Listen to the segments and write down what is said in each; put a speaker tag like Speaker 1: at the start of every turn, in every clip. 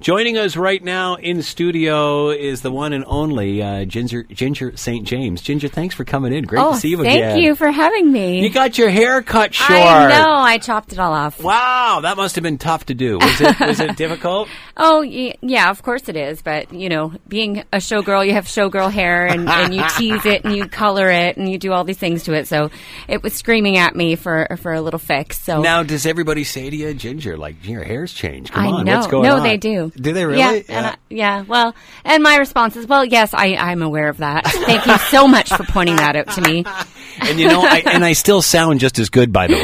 Speaker 1: Joining us right now in studio is the one and only uh, Ginger Ginger St. James. Ginger, thanks for coming in. Great
Speaker 2: oh,
Speaker 1: to see you
Speaker 2: thank
Speaker 1: again.
Speaker 2: you for having me.
Speaker 1: You got your hair cut short.
Speaker 2: I know. I chopped it all off.
Speaker 1: Wow, that must have been tough to do. Was it was it difficult?
Speaker 2: Oh, y- yeah, of course it is. But, you know, being a showgirl, you have showgirl hair and, and you tease it and you color it and you do all these things to it. So it was screaming at me for, for a little fix. So
Speaker 1: Now, does everybody say to you, Ginger, like your hair's changed? Come
Speaker 2: I
Speaker 1: on,
Speaker 2: know.
Speaker 1: what's going
Speaker 2: no,
Speaker 1: on?
Speaker 2: they do.
Speaker 1: Do they really?
Speaker 2: Yeah. And I, yeah. Well, and my response is, well, yes, I, I'm aware of that. Thank you so much for pointing that out to me.
Speaker 1: And you know, I, and I still sound just as good, by the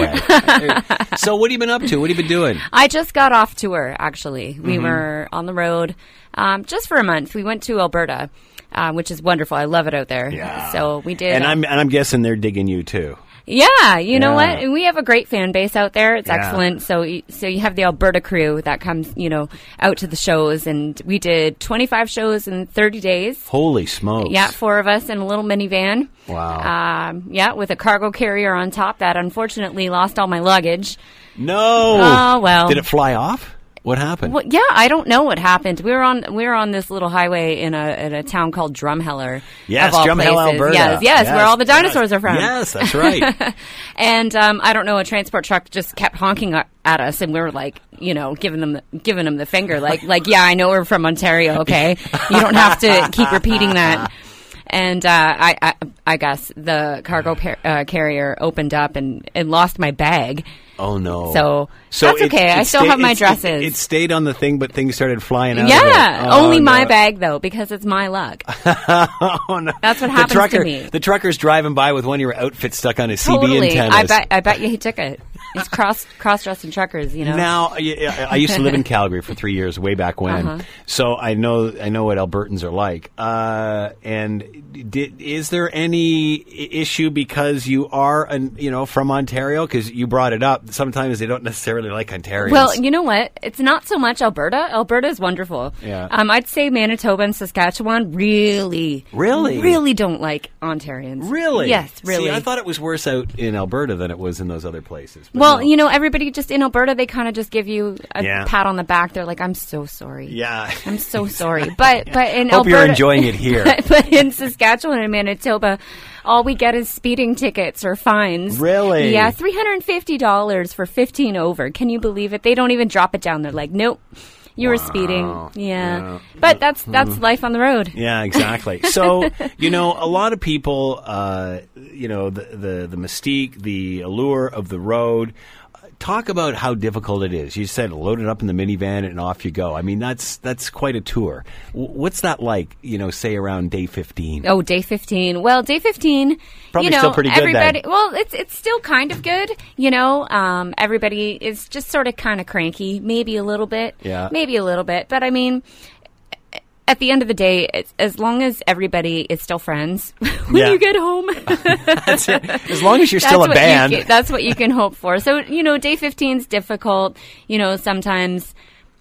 Speaker 1: way. so, what have you been up to? What have you been doing?
Speaker 2: I just got off tour, actually. We
Speaker 1: Mm-hmm.
Speaker 2: were on the road um, just for a month. We went to Alberta, uh, which is wonderful. I love it out there. So we did.
Speaker 1: And
Speaker 2: uh,
Speaker 1: I'm and I'm guessing they're digging you too.
Speaker 2: yeah, you know
Speaker 1: Yeah.
Speaker 2: what? And We have a great fan base out there. It's
Speaker 1: Yeah.
Speaker 2: excellent. So, y- so you have the Alberta crew that comes, you know, out to the shows, and we did 25 shows in 30 days.
Speaker 1: Holy smokes!
Speaker 2: Yeah, four of us in a little minivan.
Speaker 1: Wow.
Speaker 2: Um, yeah, with a cargo carrier on top that unfortunately lost all my luggage.
Speaker 1: No.
Speaker 2: Oh, well.
Speaker 1: Did it fly off? What happened?
Speaker 2: Well, yeah, I don't know what happened. We were on we were on this little highway in a in a town called Drumheller.
Speaker 1: Yes,
Speaker 2: of all
Speaker 1: Drumheller,
Speaker 2: places.
Speaker 1: Alberta.
Speaker 2: Yes, yes,
Speaker 1: Yes,
Speaker 2: where all the dinosaurs are from.
Speaker 1: Yes, that's right.
Speaker 2: And um, I don't know, a transport truck just kept honking a- at us, and we were like, you know, giving them the, giving them the finger, like like yeah, I know we're from Ontario. Okay, you don't have to keep repeating that. And uh, I, I, I guess the cargo par- uh, carrier opened up and, and lost my bag.
Speaker 1: oh no.
Speaker 2: So, that's
Speaker 1: it-
Speaker 2: okay.
Speaker 1: it
Speaker 2: I still
Speaker 1: stayed-
Speaker 2: have my
Speaker 1: it's- it-
Speaker 2: dresses.
Speaker 1: It, stayed on the thing, but things started flying out. of it.
Speaker 2: Yeah,
Speaker 1: Oh,
Speaker 2: only my
Speaker 1: no.
Speaker 2: bag though, because it's my luck.
Speaker 1: Oh, no.
Speaker 2: That's what
Speaker 1: the
Speaker 2: happens to
Speaker 1: trucker,
Speaker 2: me.
Speaker 1: The trucker's driving by with one of your outfits stuck on his CB
Speaker 2: totally.
Speaker 1: antennas.
Speaker 2: I bet. I bet you he took it. It's cross cross dressing truckers, you know.
Speaker 1: Now, y- y- I used to live in Calgary for three years, way back when.
Speaker 2: Uh-huh.
Speaker 1: So I know I know what Albertans are like. Uh, and did, is there any i- issue because you are an, you know from Ontario? Because you brought it up. Sometimes they don't necessarily like Ontarians.
Speaker 2: well, you know what? It's not so much Alberta. Alberta is wonderful.
Speaker 1: Yeah.
Speaker 2: Um, I'd say Manitoba and Saskatchewan really,
Speaker 1: Really?
Speaker 2: really don't like Ontarians.
Speaker 1: really,
Speaker 2: Yes, really.
Speaker 1: See, I thought it was worse out in Alberta than it was in those other places. But
Speaker 2: well,
Speaker 1: no.
Speaker 2: you know, everybody just in Alberta, they kind of just give you a
Speaker 1: Yeah.
Speaker 2: pat on the back. They're like, "I'm so sorry."
Speaker 1: yeah.
Speaker 2: I'm so sorry, but but in
Speaker 1: Hope
Speaker 2: Alberta,
Speaker 1: you're enjoying it here.
Speaker 2: But, but in Saskatchewan and Manitoba, all we get is speeding tickets or fines.
Speaker 1: Really?
Speaker 2: Yeah, three hundred and fifty dollars for fifteen over. Can you believe it? They don't even drop it down. They're like, nope, you were speeding. Yeah,
Speaker 1: Yeah. Hmm.
Speaker 2: but that's that's life on the road.
Speaker 1: Yeah, exactly. So you know, a lot of people, uh, you know, the, the the mystique, the allure of the road. Talk about how difficult it is. You said load it up in the minivan and off you go. I mean, that's that's quite a tour. W- what's that like? You know, say around day fifteen.
Speaker 2: Oh, day fifteen. Well, day fifteen.
Speaker 1: Probably
Speaker 2: you know,
Speaker 1: still pretty good then.
Speaker 2: everybody. Well, it's it's still kind of good. You know, um, everybody is just sort of kind of cranky, maybe a little bit.
Speaker 1: Yeah.
Speaker 2: Maybe a little bit, but I mean. At the end of the day, it's, as long as everybody is still friends when
Speaker 1: Yeah.
Speaker 2: you get home,
Speaker 1: That's it. As long as you're still a
Speaker 2: what you
Speaker 1: band.
Speaker 2: ca- that's what you can hope for. So, you know, day 15 is difficult. You know, sometimes,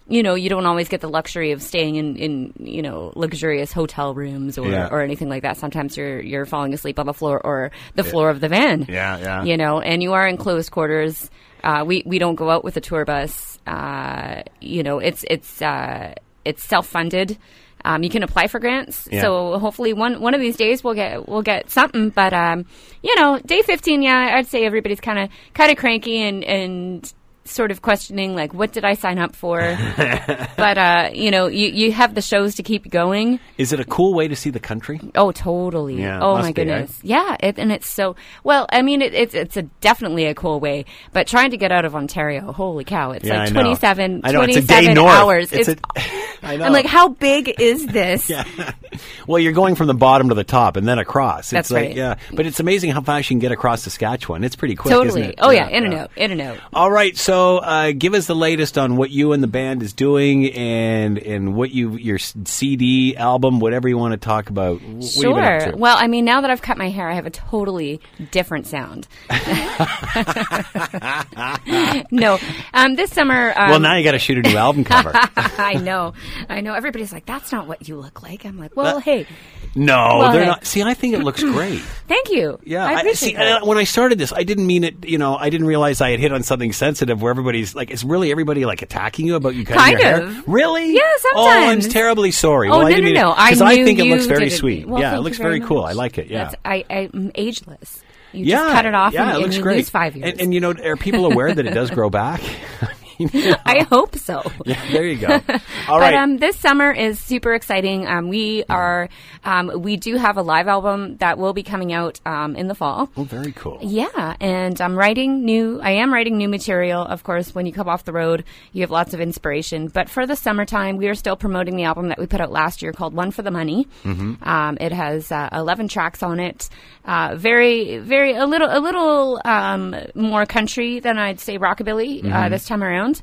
Speaker 2: you know, you don't always get the luxury of staying in, in you know, luxurious hotel rooms or,
Speaker 1: Yeah.
Speaker 2: or anything like that. Sometimes you're, you're falling asleep on the floor or the floor of the van.
Speaker 1: Yeah, yeah.
Speaker 2: You know, and you are in close quarters. Uh, we, we don't go out with a tour bus. Uh, you know, it's, it's, uh, it's self funded. Um, you can apply for grants,
Speaker 1: Yeah.
Speaker 2: so well, hopefully one one of these days we'll get we'll get something. But um, you know, day fifteen, yeah, I'd say everybody's kind of kind of cranky and and sort of questioning like, what did I sign up for? but uh, you know, you you have the shows to keep going.
Speaker 1: Is it a cool way to see the country?
Speaker 2: Oh, totally.
Speaker 1: Yeah,
Speaker 2: oh
Speaker 1: must
Speaker 2: my
Speaker 1: be, eh?
Speaker 2: goodness. Yeah, it, and it's so well. I mean, it, it's it's a definitely a cool way, but trying to get out of Ontario, holy cow! It's
Speaker 1: Yeah,
Speaker 2: like
Speaker 1: I know.
Speaker 2: 27,
Speaker 1: I know, it's a day
Speaker 2: 27
Speaker 1: north.
Speaker 2: hours.
Speaker 1: It's
Speaker 2: It's,
Speaker 1: a- I know.
Speaker 2: I'm like, how big is this?
Speaker 1: Well, you're going from the bottom to the top and then across. It's
Speaker 2: That's
Speaker 1: like,
Speaker 2: right.
Speaker 1: Yeah, but it's amazing how fast you can get across Saskatchewan. It's pretty quick,
Speaker 2: Totally.
Speaker 1: isn't it?
Speaker 2: Oh yeah, in and out, in and out.
Speaker 1: All right, so So, uh, give us the latest on what you and the band is doing, and and what you your CD album, whatever you want to talk about. Wh- what you been up
Speaker 2: Sure.
Speaker 1: to?
Speaker 2: Well, I mean, now that I've cut my hair, I have a totally different sound. no, um, this summer. Um,
Speaker 1: Well, now you got to shoot a new album cover.
Speaker 2: I know, I know. Everybody's like, "That's not what you look like." I'm like, "Well,
Speaker 1: That-
Speaker 2: hey,
Speaker 1: No,
Speaker 2: Well,
Speaker 1: they're
Speaker 2: hey.
Speaker 1: not. See, I think it looks great.
Speaker 2: thank you.
Speaker 1: Yeah,
Speaker 2: I appreciate
Speaker 1: see.
Speaker 2: that.
Speaker 1: uh, When I started this, I didn't mean it. You know, I didn't realize I had hit on something sensitive where everybody's like, it's really everybody like attacking you about you cutting
Speaker 2: Kind
Speaker 1: your hair.
Speaker 2: of.
Speaker 1: Really?
Speaker 2: Yeah,
Speaker 1: Oh, I'm
Speaker 2: sometimes.
Speaker 1: terribly sorry.
Speaker 2: Oh
Speaker 1: well, I
Speaker 2: no,
Speaker 1: didn't
Speaker 2: no,
Speaker 1: mean it-
Speaker 2: no! I
Speaker 1: 'cause
Speaker 2: knew
Speaker 1: I think it
Speaker 2: you
Speaker 1: looks very
Speaker 2: didn't.
Speaker 1: sweet.
Speaker 2: Well,
Speaker 1: yeah,
Speaker 2: thank
Speaker 1: it
Speaker 2: you
Speaker 1: looks very,
Speaker 2: much.
Speaker 1: cool. I like it. Yeah.
Speaker 2: That's- I, I'm ageless. You
Speaker 1: yeah,
Speaker 2: just cut it off
Speaker 1: yeah,
Speaker 2: and,
Speaker 1: it
Speaker 2: and
Speaker 1: looks
Speaker 2: you
Speaker 1: great.
Speaker 2: lose five years.
Speaker 1: And, and you know, are people aware that it does grow back?
Speaker 2: I hope so.
Speaker 1: yeah, there you go. All
Speaker 2: but
Speaker 1: right. Mm-hmm.
Speaker 2: um, this summer is super exciting. Um, we are, um, we do have a live album that will be coming out um, in the fall.
Speaker 1: oh, very cool.
Speaker 2: Yeah, and I'm writing new. I am writing new material. Of course, when you come off the road, you have lots of inspiration. But for the summertime, we are still promoting the album that we put out last year called "One for the Money." Um, it has uh, 11 tracks on it. Uh, very, very a little, a little um, more country than I'd say rockabilly uh, this time around.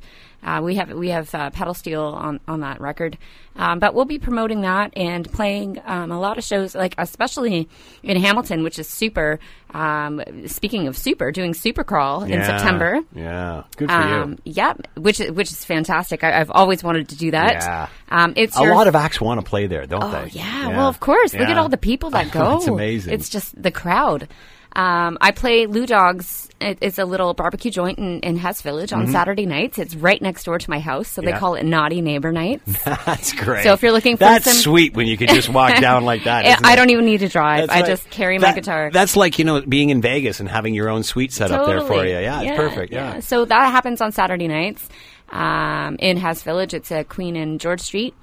Speaker 2: Uh, we have we have uh, pedal steel on on that record, um, but we'll be promoting that and playing um, a lot of shows, like especially in Hamilton, which is super. Um, speaking of super, doing Super Crawl in
Speaker 1: Yeah,
Speaker 2: September.
Speaker 1: Yeah. Good for
Speaker 2: Um,
Speaker 1: you.
Speaker 2: yeah, which is- which is fantastic. I, I've always wanted to do that.
Speaker 1: Yeah.
Speaker 2: Um, it's
Speaker 1: A
Speaker 2: your-
Speaker 1: lot of acts want to play there, don't
Speaker 2: Oh
Speaker 1: they?
Speaker 2: yeah. Well, of course. Look at
Speaker 1: Yeah.
Speaker 2: all the people that go.
Speaker 1: It's amazing.
Speaker 2: It's just the crowd. Um, I play Lou Dogs. It- It's a little barbecue joint in, in Hess Village on Saturday nights. It's right next door to my house, so they
Speaker 1: Mm-hmm. Yeah.
Speaker 2: call it Naughty Neighbor Nights.
Speaker 1: That's great.
Speaker 2: So if you're looking for
Speaker 1: that's
Speaker 2: some-
Speaker 1: sweet when you can just walk down like that.
Speaker 2: I
Speaker 1: isn't
Speaker 2: I
Speaker 1: it?
Speaker 2: don't even need to drive.
Speaker 1: That's
Speaker 2: I
Speaker 1: right.
Speaker 2: just carry my
Speaker 1: That-
Speaker 2: guitar.
Speaker 1: That's like you know being in Vegas and having your own suite set up there for
Speaker 2: Totally.
Speaker 1: you. Yeah, it's perfect. Yeah.
Speaker 2: So that happens on Saturday nights um, in Hess Village. It's at Queen and George Street.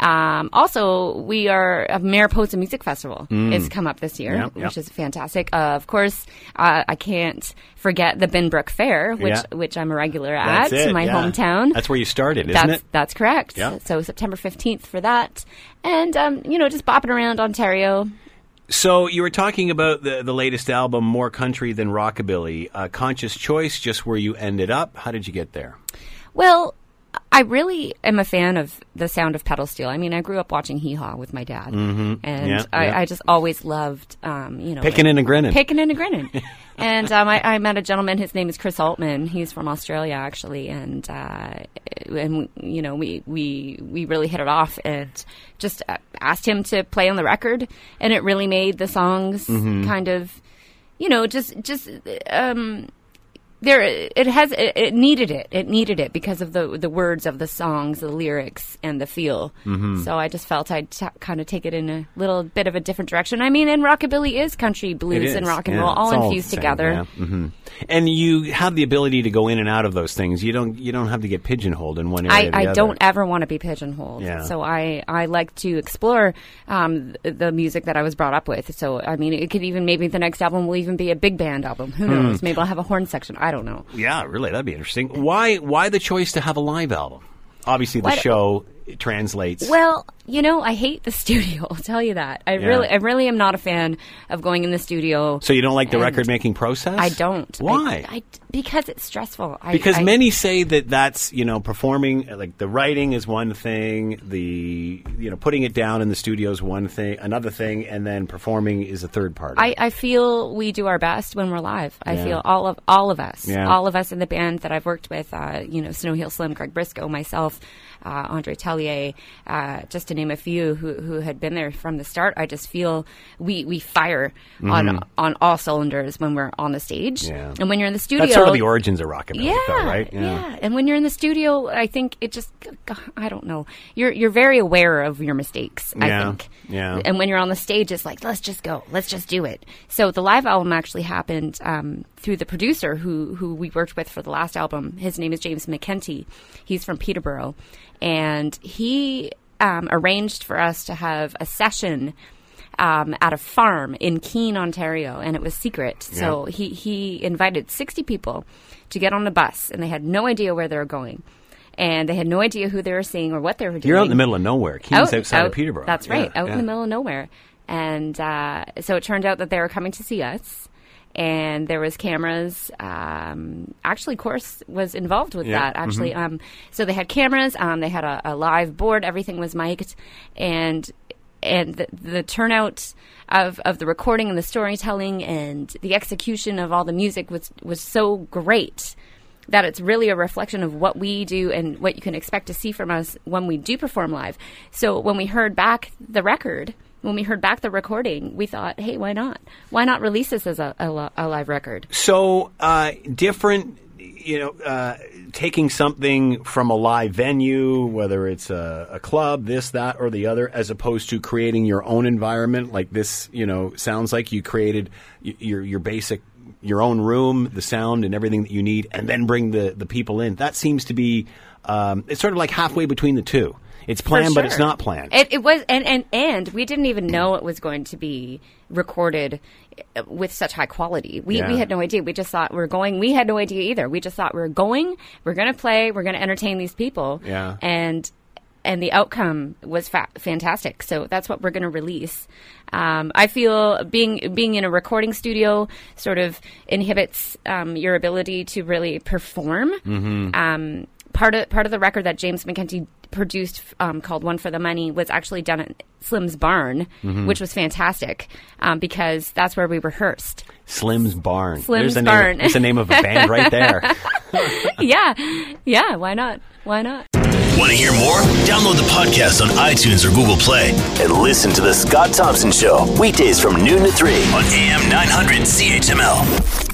Speaker 2: Um, also, we are a Mariposa Music Festival
Speaker 1: Mm.
Speaker 2: is come up this year,
Speaker 1: Yep, yep.
Speaker 2: which is fantastic. Uh, of course, uh, I can't forget the Binbrook Fair, which
Speaker 1: Yeah.
Speaker 2: which I'm a regular
Speaker 1: That's
Speaker 2: at,
Speaker 1: it,
Speaker 2: my
Speaker 1: yeah.
Speaker 2: hometown.
Speaker 1: That's where you started, isn't
Speaker 2: That's
Speaker 1: it?
Speaker 2: that's correct.
Speaker 1: Yeah.
Speaker 2: So September fifteenth for that, and um, you know, just bopping around Ontario.
Speaker 1: So you were talking about the the latest album, More Country Than Rockabilly, uh, Conscious Choice, just where you ended up. How did you get there?
Speaker 2: Well, I really am a fan of the sound of pedal steel. I mean, I grew up watching Hee Haw with my dad, and
Speaker 1: Mm-hmm. Yeah,
Speaker 2: I,
Speaker 1: yeah.
Speaker 2: I just always loved, um, you know,
Speaker 1: Picking
Speaker 2: like-
Speaker 1: and a grinning.
Speaker 2: picking and a grinning. and um, I, I met a gentleman. His name is Chris Altman. He's from Australia, actually, and uh, and you know, we we we really hit it off, and just uh, asked him to play on the record, and it really made the songs
Speaker 1: Mm-hmm.
Speaker 2: kind of, you know, just just um, there it has it, it needed it it needed it because of the the words of the songs the lyrics and the feel
Speaker 1: Mm-hmm.
Speaker 2: so i just felt i'd t- kind of take it in a little bit of a different direction i mean and rockabilly is country blues and rock and
Speaker 1: yeah.
Speaker 2: roll
Speaker 1: It's
Speaker 2: all
Speaker 1: the
Speaker 2: infused
Speaker 1: same,
Speaker 2: together
Speaker 1: yeah. Mhm. And you have the ability to go in and out of those things. You don't. You don't have to get pigeonholed in one area.
Speaker 2: I,
Speaker 1: or the
Speaker 2: I
Speaker 1: other.
Speaker 2: don't ever want to be pigeonholed.
Speaker 1: Yeah.
Speaker 2: So I, I like to explore um, th- the music that I was brought up with. So, I mean, it could even, maybe the next album will even be a big band album.
Speaker 1: Hmm.
Speaker 2: Who knows? Maybe I'll have a horn section. I don't know.
Speaker 1: Yeah, really, that'd be interesting. Why? Why the choice to have a live album? Obviously, the
Speaker 2: What-
Speaker 1: show it translates.
Speaker 2: Well, you know, I hate the studio. I'll tell you that. I really, I really am not a fan of going in the studio.
Speaker 1: so you don't like the
Speaker 2: and
Speaker 1: record making process?
Speaker 2: I don't. I-
Speaker 1: Why?
Speaker 2: I, because it's stressful. I,
Speaker 1: because
Speaker 2: I-
Speaker 1: many say that that's you know performing uh, like the writing is one thing, the you know putting it down in the studio is one thing, another thing, and then performing is a third part. of
Speaker 2: I,
Speaker 1: it.
Speaker 2: I feel we do our best when we're live. I
Speaker 1: Yeah.
Speaker 2: feel all of all of us,
Speaker 1: Yeah.
Speaker 2: all of us in the band that I've worked with. Uh, you know, Snow Hill Slim, Greg Briscoe, myself, uh, Andre Tellier, uh, just to name a few who who had been there from the start. I just feel we we fire on on all cylinders when we're on the stage,
Speaker 1: Mm-hmm. Yeah.
Speaker 2: and when you're in the studio,
Speaker 1: that's sort of the origins of rockabilly,
Speaker 2: yeah,
Speaker 1: though, right?
Speaker 2: yeah, And when you're in the studio, I think it just I don't know. You're you're very aware of your mistakes,
Speaker 1: Yeah,
Speaker 2: I think.
Speaker 1: yeah.
Speaker 2: And when you're on the stage it's like, let's just go. Let's just do it. So the live album actually happened um, through the producer who who we worked with for the last album. His name is James McKenty. He's from Peterborough and he um, arranged for us to have a session um, at a farm in Keene, Ontario, and it was secret. So he, he invited 60 people to get on a bus, and they had no idea where they were going. And they had no idea who they were seeing or what they were doing.
Speaker 1: You're out in the middle of nowhere. Keen's
Speaker 2: Out-
Speaker 1: outside of
Speaker 2: out-
Speaker 1: Peterborough.
Speaker 2: That's right,
Speaker 1: Yeah,
Speaker 2: out in
Speaker 1: yeah.
Speaker 2: the middle of nowhere. And uh, so it turned out that they were coming to see us. and there was cameras. Um, actually, Course was involved with
Speaker 1: Yeah.
Speaker 2: that. Actually, um, so they had cameras. Um, they had a, a live board. Everything was mic'd, and and the, the turnout of, of the recording and the storytelling and the execution of all the music was was so great that it's really a reflection of what we do and what you can expect to see from us when we do perform live. So when we heard back the record, when we heard back the recording, we thought, hey, why not? Why not release this as a, a, li- a live record?
Speaker 1: So uh, different, you know, uh, taking something from a live venue, whether it's a, a club, this, that, or the other, as opposed to creating your own environment. Like this, you know, sounds like you created y- your your basic. Your own room, the sound, and everything that you need, and then bring the, the people in. That seems to be um, it's sort of like halfway between the two. It's planned,
Speaker 2: For
Speaker 1: but it's
Speaker 2: sure.
Speaker 1: not planned.
Speaker 2: It, it was, and, and and we didn't even know it was going to be recorded uh, with such high quality. We
Speaker 1: Yeah.
Speaker 2: we had no idea. We just thought we are going. We had no idea either. We just thought we are going. We're going to play. We're going to entertain these people.
Speaker 1: Yeah.
Speaker 2: And and the outcome was fa- fantastic. So that's what we're going to release. Um, I feel being being in a recording studio sort of inhibits um, your ability to really perform. Um, part of part of the record that James McKenzie produced um, called "One for the Money" was actually done at Slim's barn, which was fantastic um, because that's where we rehearsed.
Speaker 1: Slim's Barn.
Speaker 2: Slim's
Speaker 1: There's the
Speaker 2: Barn.
Speaker 1: Name, that's the name of a band right there.
Speaker 2: yeah, yeah. Why not? Why not?
Speaker 3: Want to hear more? Download the podcast on iTunes or Google Play and listen to The Scott Thompson Show weekdays from noon to 3 on AM 900 CHML.